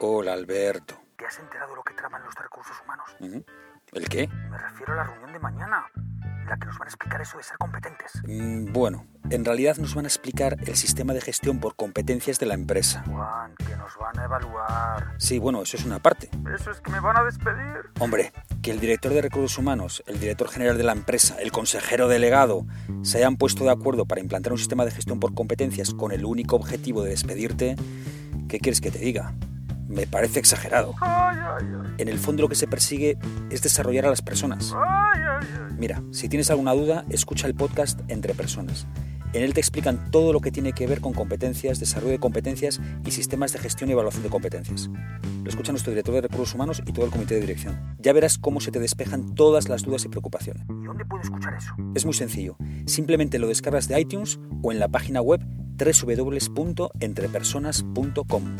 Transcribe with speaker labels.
Speaker 1: Hola, Alberto.
Speaker 2: ¿Te has enterado de lo que traman los de recursos humanos?
Speaker 1: Ujú. ¿El qué?
Speaker 2: Me refiero a la reunión de mañana, en la que nos van a explicar eso de ser competentes.
Speaker 1: Mm, Bueno, en realidad nos van a explicar el sistema de gestión por competencias de la empresa.
Speaker 2: Juan, que nos van a evaluar.
Speaker 1: Sí, bueno, eso es una parte.
Speaker 2: Eso es que me van a despedir.
Speaker 1: Hombre, que el director de recursos humanos, el director general de la empresa, el consejero delegado se hayan puesto de acuerdo para implantar un sistema de gestión por competencias con el único objetivo de despedirte, ¿qué quieres que te diga? Me parece exagerado.
Speaker 2: Ay, ay, ay.
Speaker 1: En el fondo lo que se persigue es desarrollar a las personas.
Speaker 2: Ay, ay, ay.
Speaker 1: Mira, si tienes alguna duda, escucha el podcast Entre Personas. En él te explican todo lo que tiene que ver con competencias, desarrollo de competencias y sistemas de gestión y evaluación de competencias. Lo escucha nuestro director de recursos humanos y todo el comité de dirección. Ya verás cómo se te despejan todas las dudas y preocupaciones.
Speaker 2: ¿Y dónde puedo escuchar eso?
Speaker 1: Es muy sencillo. Simplemente lo descargas de iTunes o en la página web www.entrepersonas.com.